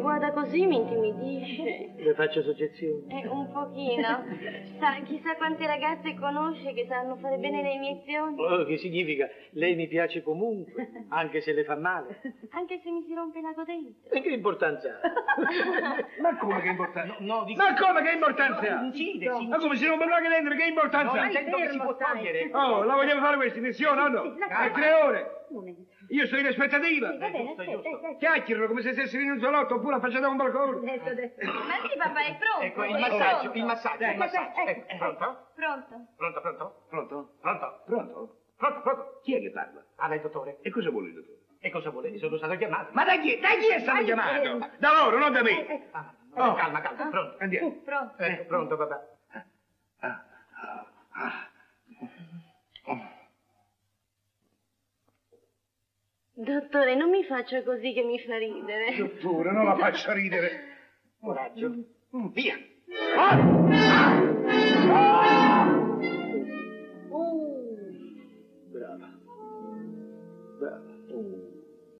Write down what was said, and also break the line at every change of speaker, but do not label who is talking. guarda così mi intimidisce.
Le faccio soggezione.
Eh, un pochino. Sa, chissà quante ragazze conosce che sanno fare bene le iniezioni.
Oh, che significa? Lei mi piace comunque, anche se le fa male.
Anche se mi si rompe la codetta.
E che importanza ha?
Ma come che importanza?
No, no, dico...
Ma come che importanza ha?
Incide, si
Ma come si rompe la che dentro? Che importanza ha?
intendo che si può togliere.
Oh, la vogliamo fare questa sessione o no? A tre ore. Io sono in aspettativa.
Va bene, aspetta, aspetta.
Chiacchierano come se stessero in un salotto oppure affacciato a un balcone.
Adesso, adesso.
Ma sì, papà, è pronto.
Ecco, il
è
massaggio,
pronto.
il massaggio, il massaggio.
ecco,
Ecco, pronto?
Pronto.
Pronto, pronto?
Pronto?
Pronto?
Pronto?
Pronto, pronto?
Chi è che parla?
Ah, lei, dottore.
E cosa vuole il dottore?
E cosa vuole? Sono stato chiamato.
Ma da chi, da chi è stato chiamato? Da loro, non da me.
Ah,
Oh.
calma, calma, pronto.
Andiamo.
Pronto.
Ecco, pronto, papà.
Dottore, non mi faccia così che mi fa ridere.
Dottore, non la faccia ridere.
Coraggio.
Mm,
Via.
Brava. Brava.